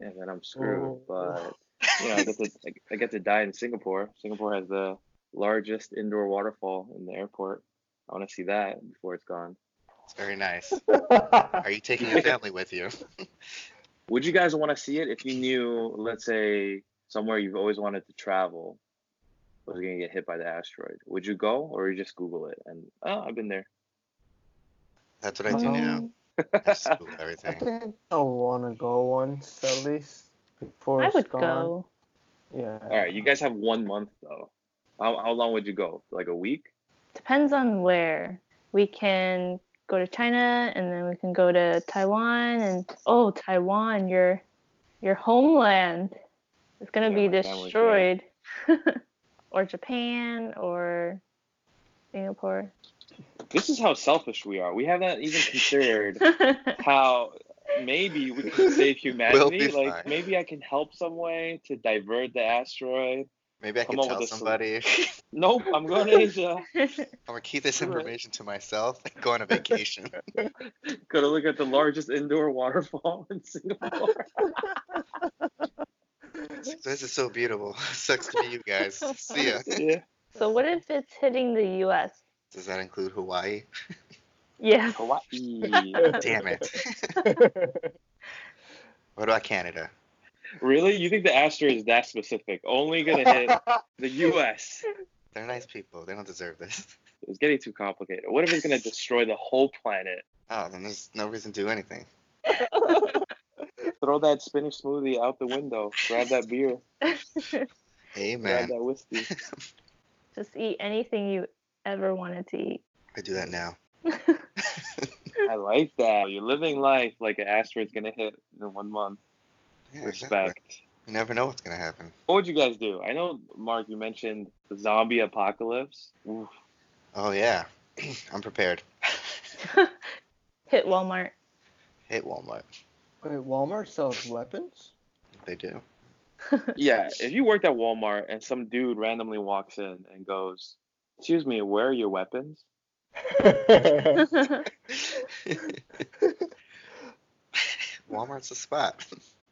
Speaker 4: and then I'm screwed.
Speaker 3: Oh.
Speaker 4: But you know, I get to I get to die in Singapore. Singapore has the largest indoor waterfall in the airport. I want to see that before it's gone.
Speaker 6: It's very nice. Are you taking your family with you?
Speaker 4: Would you guys want to see it if you knew, let's say, somewhere you've always wanted to travel was going to get hit by the asteroid? Would you go, or you just Google it and oh, I've been there.
Speaker 6: That's what I do
Speaker 5: (laughs)
Speaker 6: now.
Speaker 3: Um,
Speaker 6: I just Google
Speaker 3: I
Speaker 6: everything.
Speaker 3: think I want to go once at least before
Speaker 5: I
Speaker 3: it's
Speaker 5: would
Speaker 3: gone.
Speaker 5: go.
Speaker 3: Yeah.
Speaker 4: All right, you guys have one month though. How, how long would you go? Like a week?
Speaker 5: Depends on where. We can go to China, and then we can go to Taiwan, and oh, Taiwan, your your homeland is gonna
Speaker 4: Yeah,
Speaker 5: be
Speaker 4: my family's
Speaker 5: destroyed. (laughs) or Japan, or Singapore. (laughs)
Speaker 4: This is how selfish we are. We haven't even considered how maybe we can save
Speaker 6: We'll
Speaker 4: humanity.
Speaker 6: be
Speaker 4: like
Speaker 6: fine.
Speaker 4: maybe I can help some way to divert the asteroid.
Speaker 6: Maybe I
Speaker 4: Come
Speaker 6: can
Speaker 4: up
Speaker 6: tell
Speaker 4: with a sol-
Speaker 6: somebody.
Speaker 4: Nope, I'm going to (laughs) Asia.
Speaker 5: That's
Speaker 6: I'm gonna keep this information to myself and go on a vacation.
Speaker 4: (laughs) Gonna look at the largest indoor waterfall (laughs) in Singapore.
Speaker 6: this is so beautiful. (laughs) Sucks to be you guys. See ya.
Speaker 4: yeah.
Speaker 5: so what if it's hitting the U.S.?
Speaker 6: Does that include Hawaii?
Speaker 5: Yes.
Speaker 4: Hawaii.
Speaker 6: Damn it.
Speaker 4: (laughs)
Speaker 6: what about Canada?
Speaker 4: really? You think the asteroid is that specific? Only gonna hit the U.S.
Speaker 6: They're nice people. They don't deserve this.
Speaker 4: It's getting too complicated. What if it's gonna destroy the whole planet?
Speaker 6: Oh, then there's no reason to do anything.
Speaker 4: Throw that spinach smoothie out the window. Grab that beer. Grab
Speaker 6: Amen.
Speaker 4: that whiskey.
Speaker 5: (laughs) Just eat anything you ever wanted to eat. (laughs)
Speaker 6: I do that now.
Speaker 4: I like that. You're living life like an asteroid's gonna hit in one month.
Speaker 6: Yeah, exactly.
Speaker 4: Respect.
Speaker 6: You never know what's gonna happen.
Speaker 4: What would you guys do? I know, Mark, you mentioned the zombie apocalypse. Oof.
Speaker 6: Oh yeah, (clears throat) I'm prepared.
Speaker 5: Hit Walmart. (laughs)
Speaker 6: Hit Walmart.
Speaker 3: Wait, Walmart sells weapons?
Speaker 6: They do. (laughs)
Speaker 4: Yeah, if you worked at Walmart and some dude randomly walks in and goes, "Excuse me, where are your weapons?"
Speaker 6: Walmart's the spot.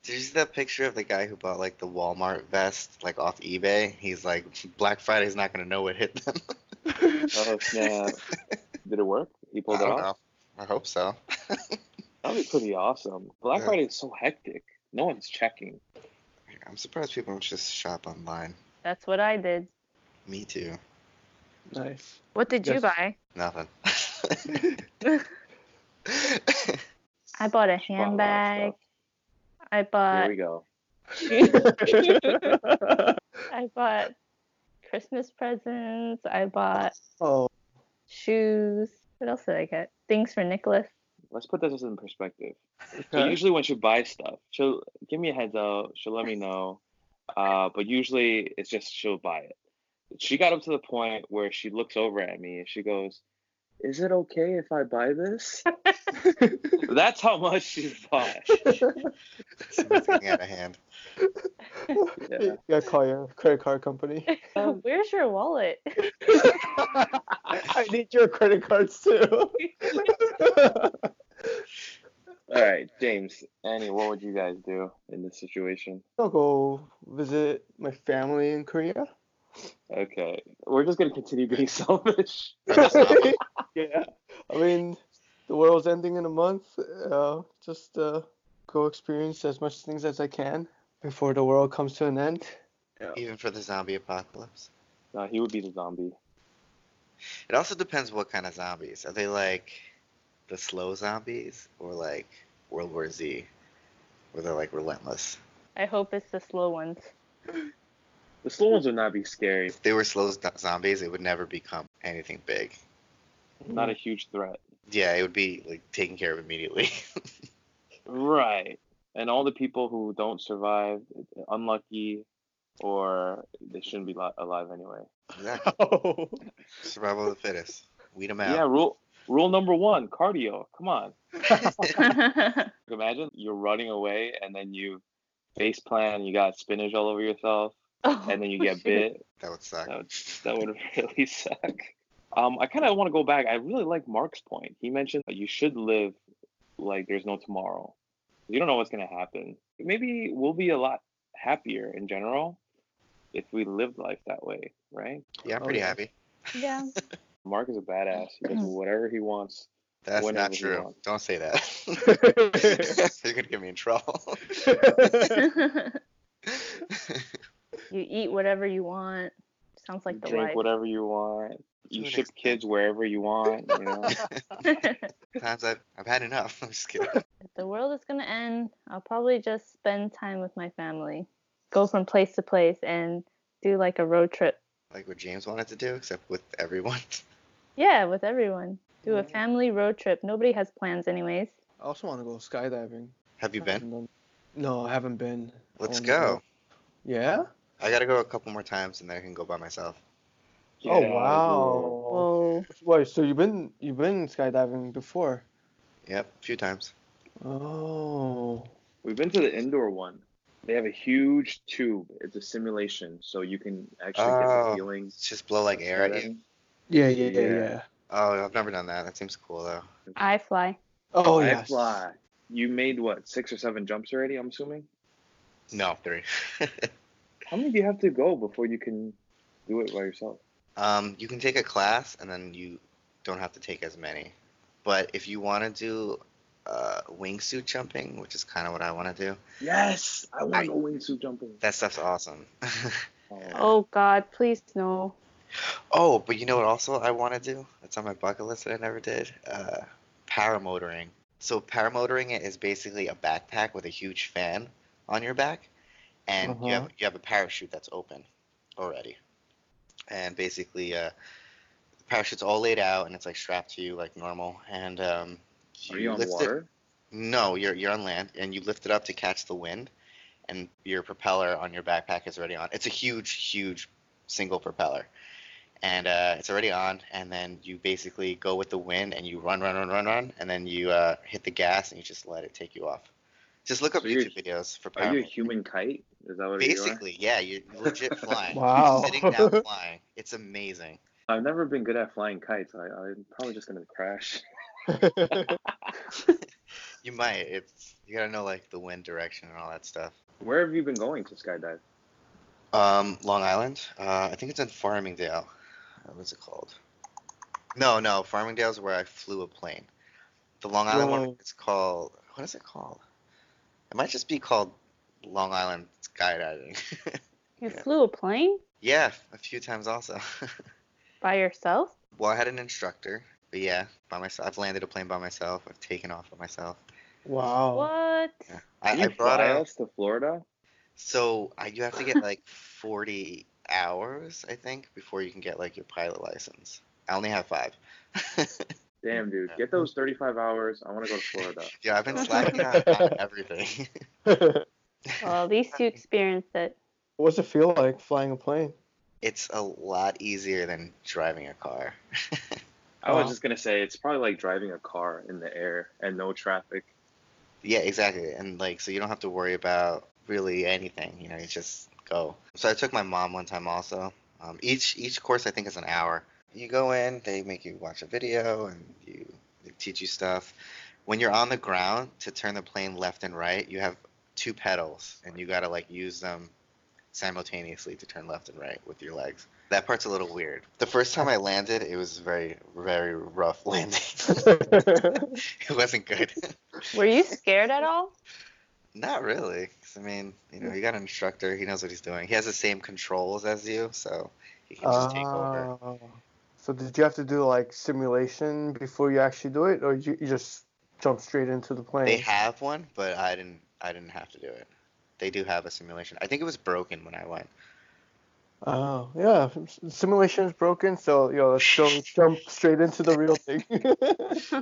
Speaker 6: Did you see that picture of the guy who bought like the Walmart vest like off eBay? He's like, Black Friday's not gonna know what hit them.
Speaker 4: Oh
Speaker 6: (laughs)
Speaker 4: snap! Did it work? He
Speaker 6: I
Speaker 4: pulled it
Speaker 6: don't
Speaker 4: off.
Speaker 6: know. I hope so.
Speaker 4: That was pretty awesome. Black
Speaker 6: Yeah.
Speaker 4: Friday is so hectic. No one's checking.
Speaker 6: I'm surprised people don't just shop online.
Speaker 5: That's what I did.
Speaker 6: Me too.
Speaker 3: (laughs) nice.
Speaker 5: (laughs) What did you
Speaker 3: Yes.
Speaker 5: buy?
Speaker 6: Nothing. (laughs)
Speaker 5: I bought
Speaker 4: Bought a lot
Speaker 5: a
Speaker 4: of
Speaker 5: handbag.
Speaker 4: stuff.
Speaker 5: I
Speaker 4: Here
Speaker 5: bought
Speaker 4: we go.
Speaker 5: I bought Christmas presents. I bought
Speaker 3: (laughs) oh,
Speaker 5: shoes. What else did I get? Things for Nicholas.
Speaker 4: Let's put this in perspective. So
Speaker 3: okay.
Speaker 4: usually when she buys stuff, she'll give me a heads up. She'll let me know. Uh, but usually it's just she'll buy it. She got up to the point where she looks over at me and she goes, "Is it okay if I buy this?" That's how much she's bought.
Speaker 3: (laughs)
Speaker 6: Something's getting out of hand.
Speaker 4: Yeah.
Speaker 3: you gotta call your credit card company.
Speaker 5: Where's your wallet?
Speaker 3: (laughs) I need your credit cards too.
Speaker 4: All right, James. Annie, what would you guys do in this situation?
Speaker 3: (laughs) I'll go visit my family in (laughs) Korea.
Speaker 4: Okay, we're just gonna continue being (laughs) selfish.
Speaker 3: yeah, I mean, the world's ending in a month. Uh, just uh, go experience as much things as I can before the world comes to an end.
Speaker 6: Even for the zombie apocalypse.
Speaker 4: No, he would be the zombie.
Speaker 6: It also depends what kind of zombies. Are they like the slow zombies or like World War Z, where they're like relentless?
Speaker 5: I hope it's the slow ones.
Speaker 4: (laughs) The slow ones would not be scary.
Speaker 6: If they were slow z- zombies, it would never become anything big.
Speaker 4: Not a huge threat.
Speaker 6: Yeah, it would be like taken care of
Speaker 4: (laughs)
Speaker 6: immediately.
Speaker 4: Right. And all the people who don't survive, unlucky, or they shouldn't be li- alive anyway.
Speaker 6: exactly.
Speaker 3: Oh.
Speaker 6: Survival of the fittest. Weed them
Speaker 4: Yeah,
Speaker 6: out.
Speaker 4: rule rule number one, cardio. Come on.
Speaker 5: I
Speaker 4: Imagine you're running away and then you face plan, you got spinach all over yourself, and
Speaker 5: Oh,
Speaker 4: then you
Speaker 5: (laughs)
Speaker 4: get bit.
Speaker 6: That would suck.
Speaker 4: That would, that would (laughs) really suck. Um, I kind of want to go back. I really like Mark's point. He mentioned that you should live like there's no tomorrow. You don't know what's going to happen. Maybe we'll be a lot happier in general if we live life that way, right?
Speaker 6: Yeah, I'm
Speaker 3: Oh,
Speaker 6: pretty
Speaker 3: yeah.
Speaker 6: happy.
Speaker 4: (laughs)
Speaker 5: Yeah.
Speaker 4: Mark is a badass. He does whatever he wants.
Speaker 6: That's
Speaker 4: Whenever
Speaker 6: not
Speaker 4: you
Speaker 6: true.
Speaker 4: want.
Speaker 6: Don't say that.
Speaker 4: (laughs)
Speaker 6: You're gonna get me in trouble. (laughs)
Speaker 5: you eat whatever you want. Sounds like
Speaker 4: you
Speaker 5: the
Speaker 4: drink
Speaker 5: life.
Speaker 4: whatever you want. You
Speaker 6: To an
Speaker 4: ship
Speaker 6: extent.
Speaker 4: kids wherever you want.
Speaker 3: (laughs)
Speaker 4: You know?
Speaker 6: Times I've, I've had enough. (laughs) I'm just kidding.
Speaker 5: (laughs) if the world is gonna end, I'll probably just spend time with my family, go from place to place, and do like a road trip.
Speaker 6: Like what James wanted to do, except with everyone.
Speaker 5: Yeah, with everyone. Do a
Speaker 3: Mhm.
Speaker 5: family road trip. Nobody has plans, anyways.
Speaker 3: I also want to go skydiving.
Speaker 6: Have you been?
Speaker 3: No, I haven't been. I
Speaker 6: Let's
Speaker 3: wanna
Speaker 6: go.
Speaker 3: Yeah?
Speaker 6: I gotta go a couple more times and then I can go by myself.
Speaker 4: Get
Speaker 3: oh
Speaker 4: out of here.
Speaker 3: wow.
Speaker 5: Whoa.
Speaker 3: Wait, so you've been you've been skydiving before?
Speaker 6: Yep, a few times.
Speaker 3: Oh.
Speaker 4: We've been to the indoor one. They have a huge tube. It's a simulation, so you can actually get
Speaker 6: Oh.
Speaker 4: the feelings.
Speaker 6: It's just blow like air at you.
Speaker 3: Yeah, yeah, yeah,
Speaker 4: Yeah.
Speaker 3: yeah.
Speaker 6: Oh, I've never done that. That seems cool though.
Speaker 5: I fly.
Speaker 3: Oh
Speaker 4: I
Speaker 3: yes.
Speaker 4: fly. You made what six or seven jumps already? I'm assuming.
Speaker 6: No, three.
Speaker 4: How many do you have to go before you can do it by yourself?
Speaker 6: um, you can take a class and then you don't have to take as many. But if you want to do uh, wingsuit jumping, which is kind of what I want to do,
Speaker 4: Yes, I
Speaker 6: wanna
Speaker 4: want
Speaker 6: go
Speaker 4: go wingsuit jumping.
Speaker 6: that stuff's awesome. (laughs)
Speaker 5: Oh God, please no.
Speaker 6: oh, but you know what? Also, I want to do. That's on my bucket list that I never did. Uh, paramotoring. So paramotoring it is basically a backpack with a huge fan on your back, and you have you have a parachute that's open already, and basically uh, the parachute's all laid out and it's like strapped to you like normal, and um,
Speaker 4: Are you on
Speaker 6: lift it-
Speaker 4: water?
Speaker 6: no, you're you're on land, and you lift it up to catch the wind, and your propeller on your backpack is already on. It's a huge, huge single propeller, and uh, it's already on. And then you basically go with the wind, and you run, run, run, run, run, and then you uh, hit the gas, and you just let it take you off. Just look up
Speaker 4: So you're-
Speaker 6: YouTube videos for
Speaker 4: Are you a
Speaker 6: paramotoring.
Speaker 4: human kite? Is that what you
Speaker 6: Basically, yeah, you're
Speaker 4: (laughs)
Speaker 6: legit flying.
Speaker 3: Wow.
Speaker 6: Sitting down flying. It's amazing.
Speaker 4: are? I've never been good at flying kites. I, I'm probably just gonna crash. (laughs)
Speaker 6: You might. It's you gotta know like the wind direction and all that stuff.
Speaker 4: Where have you been going to skydive?
Speaker 6: Um, Long Island. Uh, I think it's in Farmingdale. Uh, What's it called? No, no, Farmingdale's where I flew a plane. The Long Island one,
Speaker 3: Whoa.
Speaker 6: it's called. What is it called? It might just be called Long Island skydiving. (laughs)
Speaker 5: You
Speaker 6: Yeah.
Speaker 5: flew a plane
Speaker 6: yeah, a few times also. (laughs)
Speaker 5: by yourself?
Speaker 6: well, I had an instructor, but yeah, by myself. I've landed a plane by myself. I've taken off by myself.
Speaker 3: wow.
Speaker 5: What?
Speaker 6: Yeah. I,
Speaker 4: Did
Speaker 6: I
Speaker 4: you
Speaker 6: brought
Speaker 4: fly
Speaker 6: a.
Speaker 4: us to Florida?
Speaker 6: So I, you have to get like 40 hours, I think, before you can get like your pilot license. I only have five.
Speaker 4: Damn, dude, get those 35 hours. I want to go to Florida.
Speaker 6: yeah, I've been slacking on, on everything. (laughs)
Speaker 5: Well, at least you experienced it.
Speaker 3: (laughs) What's it feel like flying a plane?
Speaker 6: it's a lot easier than driving a car.
Speaker 4: I was
Speaker 3: Wow.
Speaker 4: just gonna say it's probably like driving a car in the air and no traffic.
Speaker 6: Yeah, exactly. And like, so you don't have to worry about really anything. You know, you just go. So I took my mom one time also. Um, each each course I think is an hour. You go in, they make you watch a video, and you they teach you stuff. When you're on the ground to turn the plane left and right, you have two pedals, and you gotta like use them simultaneously to turn left and right with your legs. That part's a little weird. The first time I landed, it was very very rough (laughs) landing. it wasn't good. (laughs)
Speaker 5: Were you scared at all?
Speaker 6: Not really, 'cause, I mean, you know, you got an instructor. He knows what he's doing. He has the same controls as you, so he can just take over.
Speaker 3: Oh. So did you have to do like simulation before you actually do it, or you, you just jump straight into the plane?
Speaker 6: They have one, but I didn't. I didn't have to do it. They do have a simulation. I think it was broken when I went.
Speaker 3: Oh yeah, s- simulation is broken, so you know let's go jump straight into the real thing.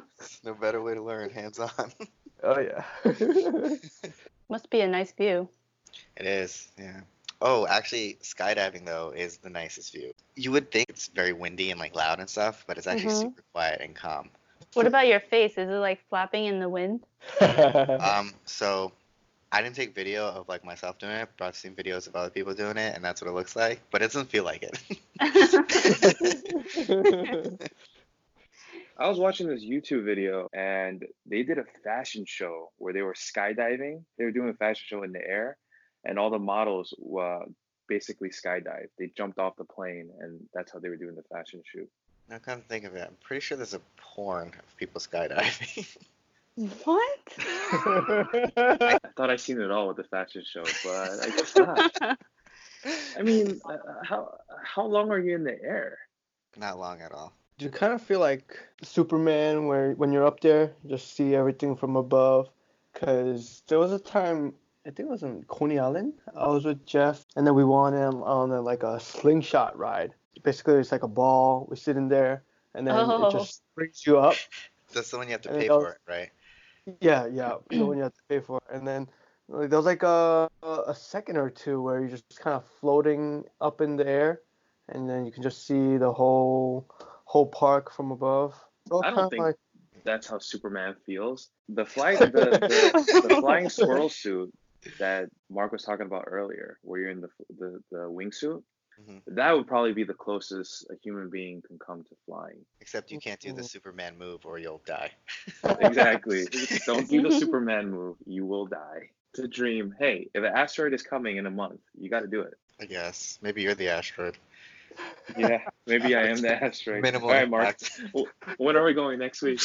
Speaker 3: (laughs)
Speaker 6: There's (laughs) no better way to learn, hands (laughs) on.
Speaker 3: oh yeah.
Speaker 5: Must be a nice view.
Speaker 6: it is, yeah. Oh, actually, skydiving though is the nicest view. You would think it's very windy and like loud and stuff, but it's actually
Speaker 5: Mhm.
Speaker 6: super quiet and calm.
Speaker 5: What about your face? Is it like flapping in the wind?
Speaker 6: (laughs) Um, so I didn't take video of like myself doing it, but I've seen videos of other people doing it, and that's what it looks like. But it doesn't feel like it.
Speaker 3: (laughs)
Speaker 4: I was watching this YouTube video and they did a fashion show where they were skydiving. They were doing a fashion show in the air, and all the models uh, basically skydived. They jumped off the plane, and that's how they were doing the fashion shoot.
Speaker 6: now, come to think of it, I'm pretty sure there's a porn of people skydiving. (laughs)
Speaker 5: what?
Speaker 4: I thought I seen it all with the fashion show, but I guess not. I mean, uh, how how long are you in the air?
Speaker 6: Not long at all.
Speaker 3: (laughs) Do you kind of feel like Superman where when you're up there, you just see everything from above? Because there was a time, I think it was in Coney Island, I was with Jeff, and then we went on, on a, like a slingshot ride. Basically, it's like a ball, we sit in there, and then
Speaker 5: Oh.
Speaker 3: it just brings you up.
Speaker 6: That's the one you have to
Speaker 3: And
Speaker 6: pay
Speaker 3: it goes-
Speaker 6: for it, right?
Speaker 3: Yeah, yeah, the one you have to pay for. And then like, there was like a, a second or two where you're just kind of floating up in the air, and then you can just see the whole whole park from above. All
Speaker 4: I don't
Speaker 3: kind of
Speaker 4: think-
Speaker 3: like-
Speaker 4: That's how Superman feels.
Speaker 6: (laughs)
Speaker 4: The flying the, the, the flying squirrel suit that Mark was talking about earlier, where you're in the the, the wingsuit,
Speaker 6: Mhm.
Speaker 4: that would probably be the closest a human being can come to flying.
Speaker 6: Except you can't do the Superman move or you'll die.
Speaker 4: Exactly. Don't do the Superman move. You will die. It's a dream. Hey, if an asteroid is coming in a month, you got to do it.
Speaker 6: I guess. Maybe you're the asteroid.
Speaker 4: Yeah, maybe I am
Speaker 6: (laughs)
Speaker 4: the asteroid.
Speaker 6: Minimal
Speaker 4: All right, Mark.
Speaker 6: impact. (laughs)
Speaker 4: When are we going next week?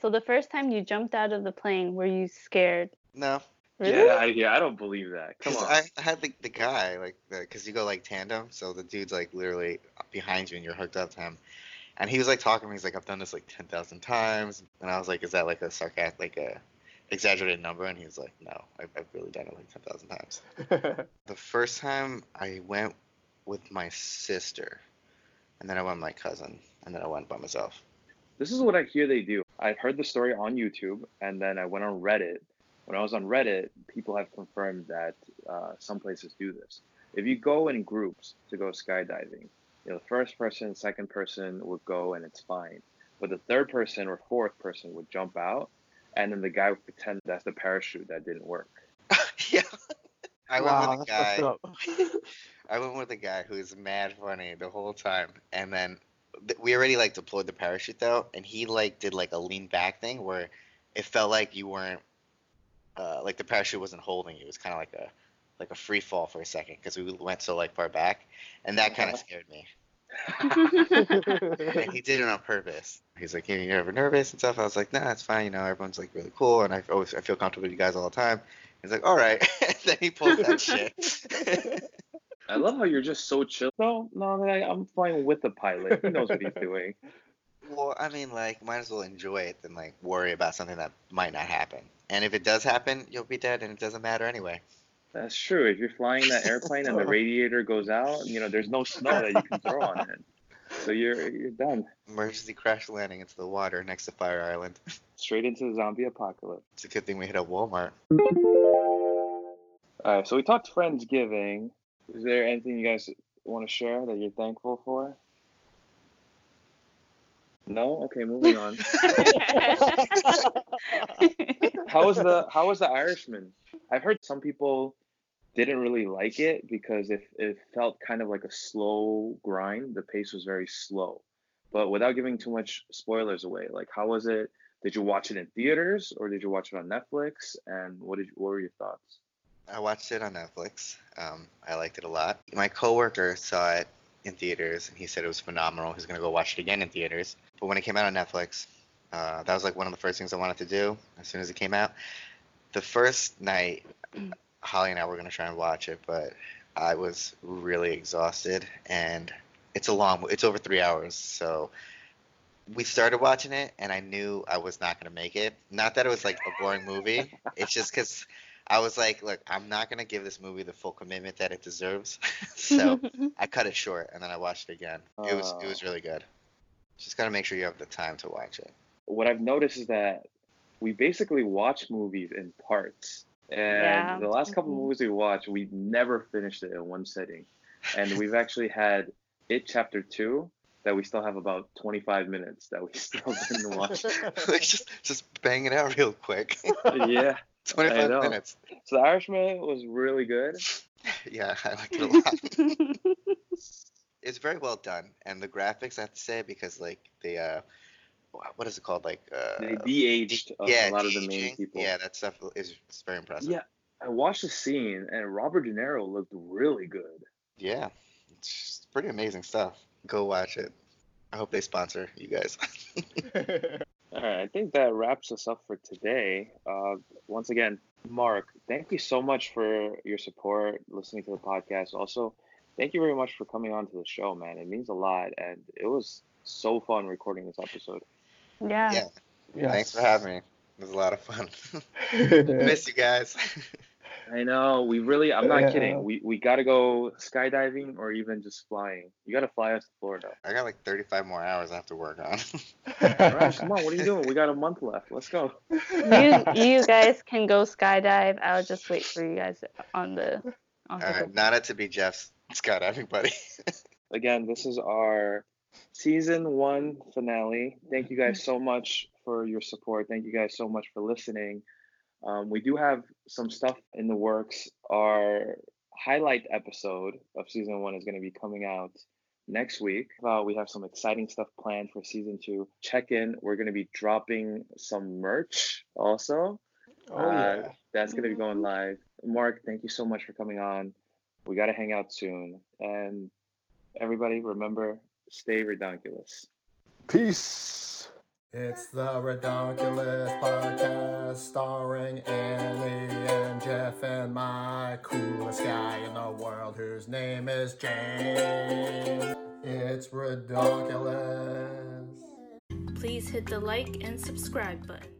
Speaker 5: So the first time you jumped out of the plane, were you scared?
Speaker 6: no,
Speaker 5: Really?
Speaker 4: Yeah, I, yeah, I don't believe that. (laughs) Come
Speaker 6: Because
Speaker 4: on.
Speaker 6: I I had the, the guy, like, because you go, like, tandem, so the dude's, like, literally behind you and you're hooked up to him. And he was, like, talking to me. He's like, I've done this, like, 10,000 times. And I was like, is that, like, a sarcastic, like, a exaggerated number? And he was like, no, I've, I've really done it, like, 10,000 times. The first time I went with my sister, and then I went with my cousin, and then I went by myself. (laughs)
Speaker 4: This is what I hear they do. I've heard the story on YouTube, and then I went on Reddit. When I was on Reddit, people have confirmed that uh, some places do this. If you go in groups to go skydiving, you know, the first person, second person would go and it's fine. But the third person or fourth person would jump out, and then the guy would pretend that's the parachute that didn't work.
Speaker 6: yeah. (laughs) I went
Speaker 3: wow,
Speaker 6: with a
Speaker 3: that's messed
Speaker 6: guy.
Speaker 3: up.
Speaker 6: I went with a guy who was mad funny the whole time, and then th- we already like deployed the parachute though, and he like did like a lean back thing where it felt like you weren't uh, like the parachute wasn't holding you. It was kind of like a like a free fall for a second because we went so like far back, and that kind of scared me. And he did it on purpose. He's like, "You- "You're ever nervous and stuff." I was like, "Nah, it's fine. You know, everyone's like really cool, and I always I feel comfortable with you guys all the time." He's like, "All right," (laughs) and then he pulled that shit.
Speaker 4: I love how you're just so chill. No, no, I, I'm flying with the pilot. He knows what he's doing.
Speaker 6: Well, I mean, like, might as well enjoy it than like worry about something that might not happen. And if it does happen, you'll be dead, and it doesn't matter anyway.
Speaker 4: That's true. If you're flying that airplane and the radiator goes out, you know, there's no snow that you can throw on it. So you're you're done.
Speaker 6: Emergency crash landing into the water next to Fire Island.
Speaker 4: Straight into the zombie apocalypse.
Speaker 6: It's a good thing we hit a Walmart.
Speaker 4: All right, so we talked Friendsgiving. Is there anything you guys want to share that you're thankful for? No? Okay, moving on.
Speaker 5: (laughs)
Speaker 4: how was the how was the Irishman? I've heard some people didn't really like it because it, it felt kind of like a slow grind. The pace was very slow. But without giving too much spoilers away, like how was it? Did you watch it in theaters or did you watch it on Netflix? And what did you, what were your thoughts?
Speaker 6: I watched it on Netflix. Um, I liked it a lot. My coworker saw it in theaters, and he said it was phenomenal. He's gonna go watch it again in theaters. But when it came out on Netflix, uh, that was like one of the first things I wanted to do as soon as it came out. The first night, Holly and I were gonna try and watch it, but I was really exhausted, and it's a long. It's over three hours, so we started watching it, and I knew I was not gonna make it. Not that it was like a boring movie. It's just because. I was like, look, I'm not gonna give this movie the full commitment that it deserves, (laughs) so I cut it short and then I watched it again. It was it was really good. Just gotta make sure you have the time to watch
Speaker 4: (laughs)
Speaker 6: it.
Speaker 4: What I've noticed is that we basically watch movies in parts. And
Speaker 5: Yeah.
Speaker 4: the last couple
Speaker 5: Mhm.
Speaker 4: movies we watched, we never finished it in one sitting. And we've actually had it chapter two that we still have about 25 minutes that we (laughs) still didn't watch.
Speaker 6: just just bang it out (laughs) real
Speaker 4: (laughs)
Speaker 6: quick.
Speaker 4: yeah.
Speaker 6: 25
Speaker 4: know.
Speaker 6: minutes.
Speaker 4: So The Irishman was really good.
Speaker 6: Yeah, (laughs) I liked it a lot. it's very well done, and the graphics I have to say because like the uh, wh- what is it called like uh,
Speaker 4: They de-aged a,
Speaker 6: yeah
Speaker 4: a lot of the main
Speaker 6: de-aging.
Speaker 4: people.
Speaker 6: Yeah, that stuff is it's very impressive.
Speaker 4: Yeah. I watched the scene and Robert De Niro looked really good.
Speaker 6: Yeah, it's just pretty amazing stuff. Go watch it. I hope they sponsor you guys. (laughs)
Speaker 4: All right, I think that wraps us up for today. Uh, once again, Mark, thank you so much for your support, listening to the podcast. Also, thank you very much for coming on to the show, man. It means a lot, and it was so fun recording this episode.
Speaker 5: yeah.
Speaker 6: Yeah.
Speaker 3: Yes.
Speaker 6: Thanks for having me. It was a lot of fun. (laughs)
Speaker 3: (laughs) having
Speaker 6: Miss you guys. (laughs)
Speaker 4: I know we really. I'm not
Speaker 3: Yeah.
Speaker 4: kidding. We we gotta go skydiving or even just flying. You gotta fly us to Florida.
Speaker 6: I got like 35 more hours I have to work on. (laughs)
Speaker 4: All right, (laughs) come on, what are you doing? We got a month left. Let's go.
Speaker 3: Oh,
Speaker 5: You
Speaker 6: (laughs)
Speaker 5: you guys can go skydive. I'll just wait for you guys on the on
Speaker 6: All
Speaker 5: the
Speaker 6: right, not to be Jeff's Scott, everybody.
Speaker 4: again, this is our season one finale. Thank you guys so much for your support. Thank you guys so much for listening. Um, we do have some stuff in the works. Our highlight episode of season one is going to be coming out next week. Uh, we have some exciting stuff planned for season two. Check in. We're going to be dropping some merch also.
Speaker 3: Oh yeah.
Speaker 4: Uh, That's going to be
Speaker 5: Mhm.
Speaker 4: going live. Mark, thank you so much for coming on. We got to hang out soon. And everybody, remember, stay redonkulous.
Speaker 2: Peace. It's the Redonkulous Podcast starring Annie and Jeff and my coolest guy in the world whose name is James. It's Redonkulous.
Speaker 5: Please hit the like and subscribe button.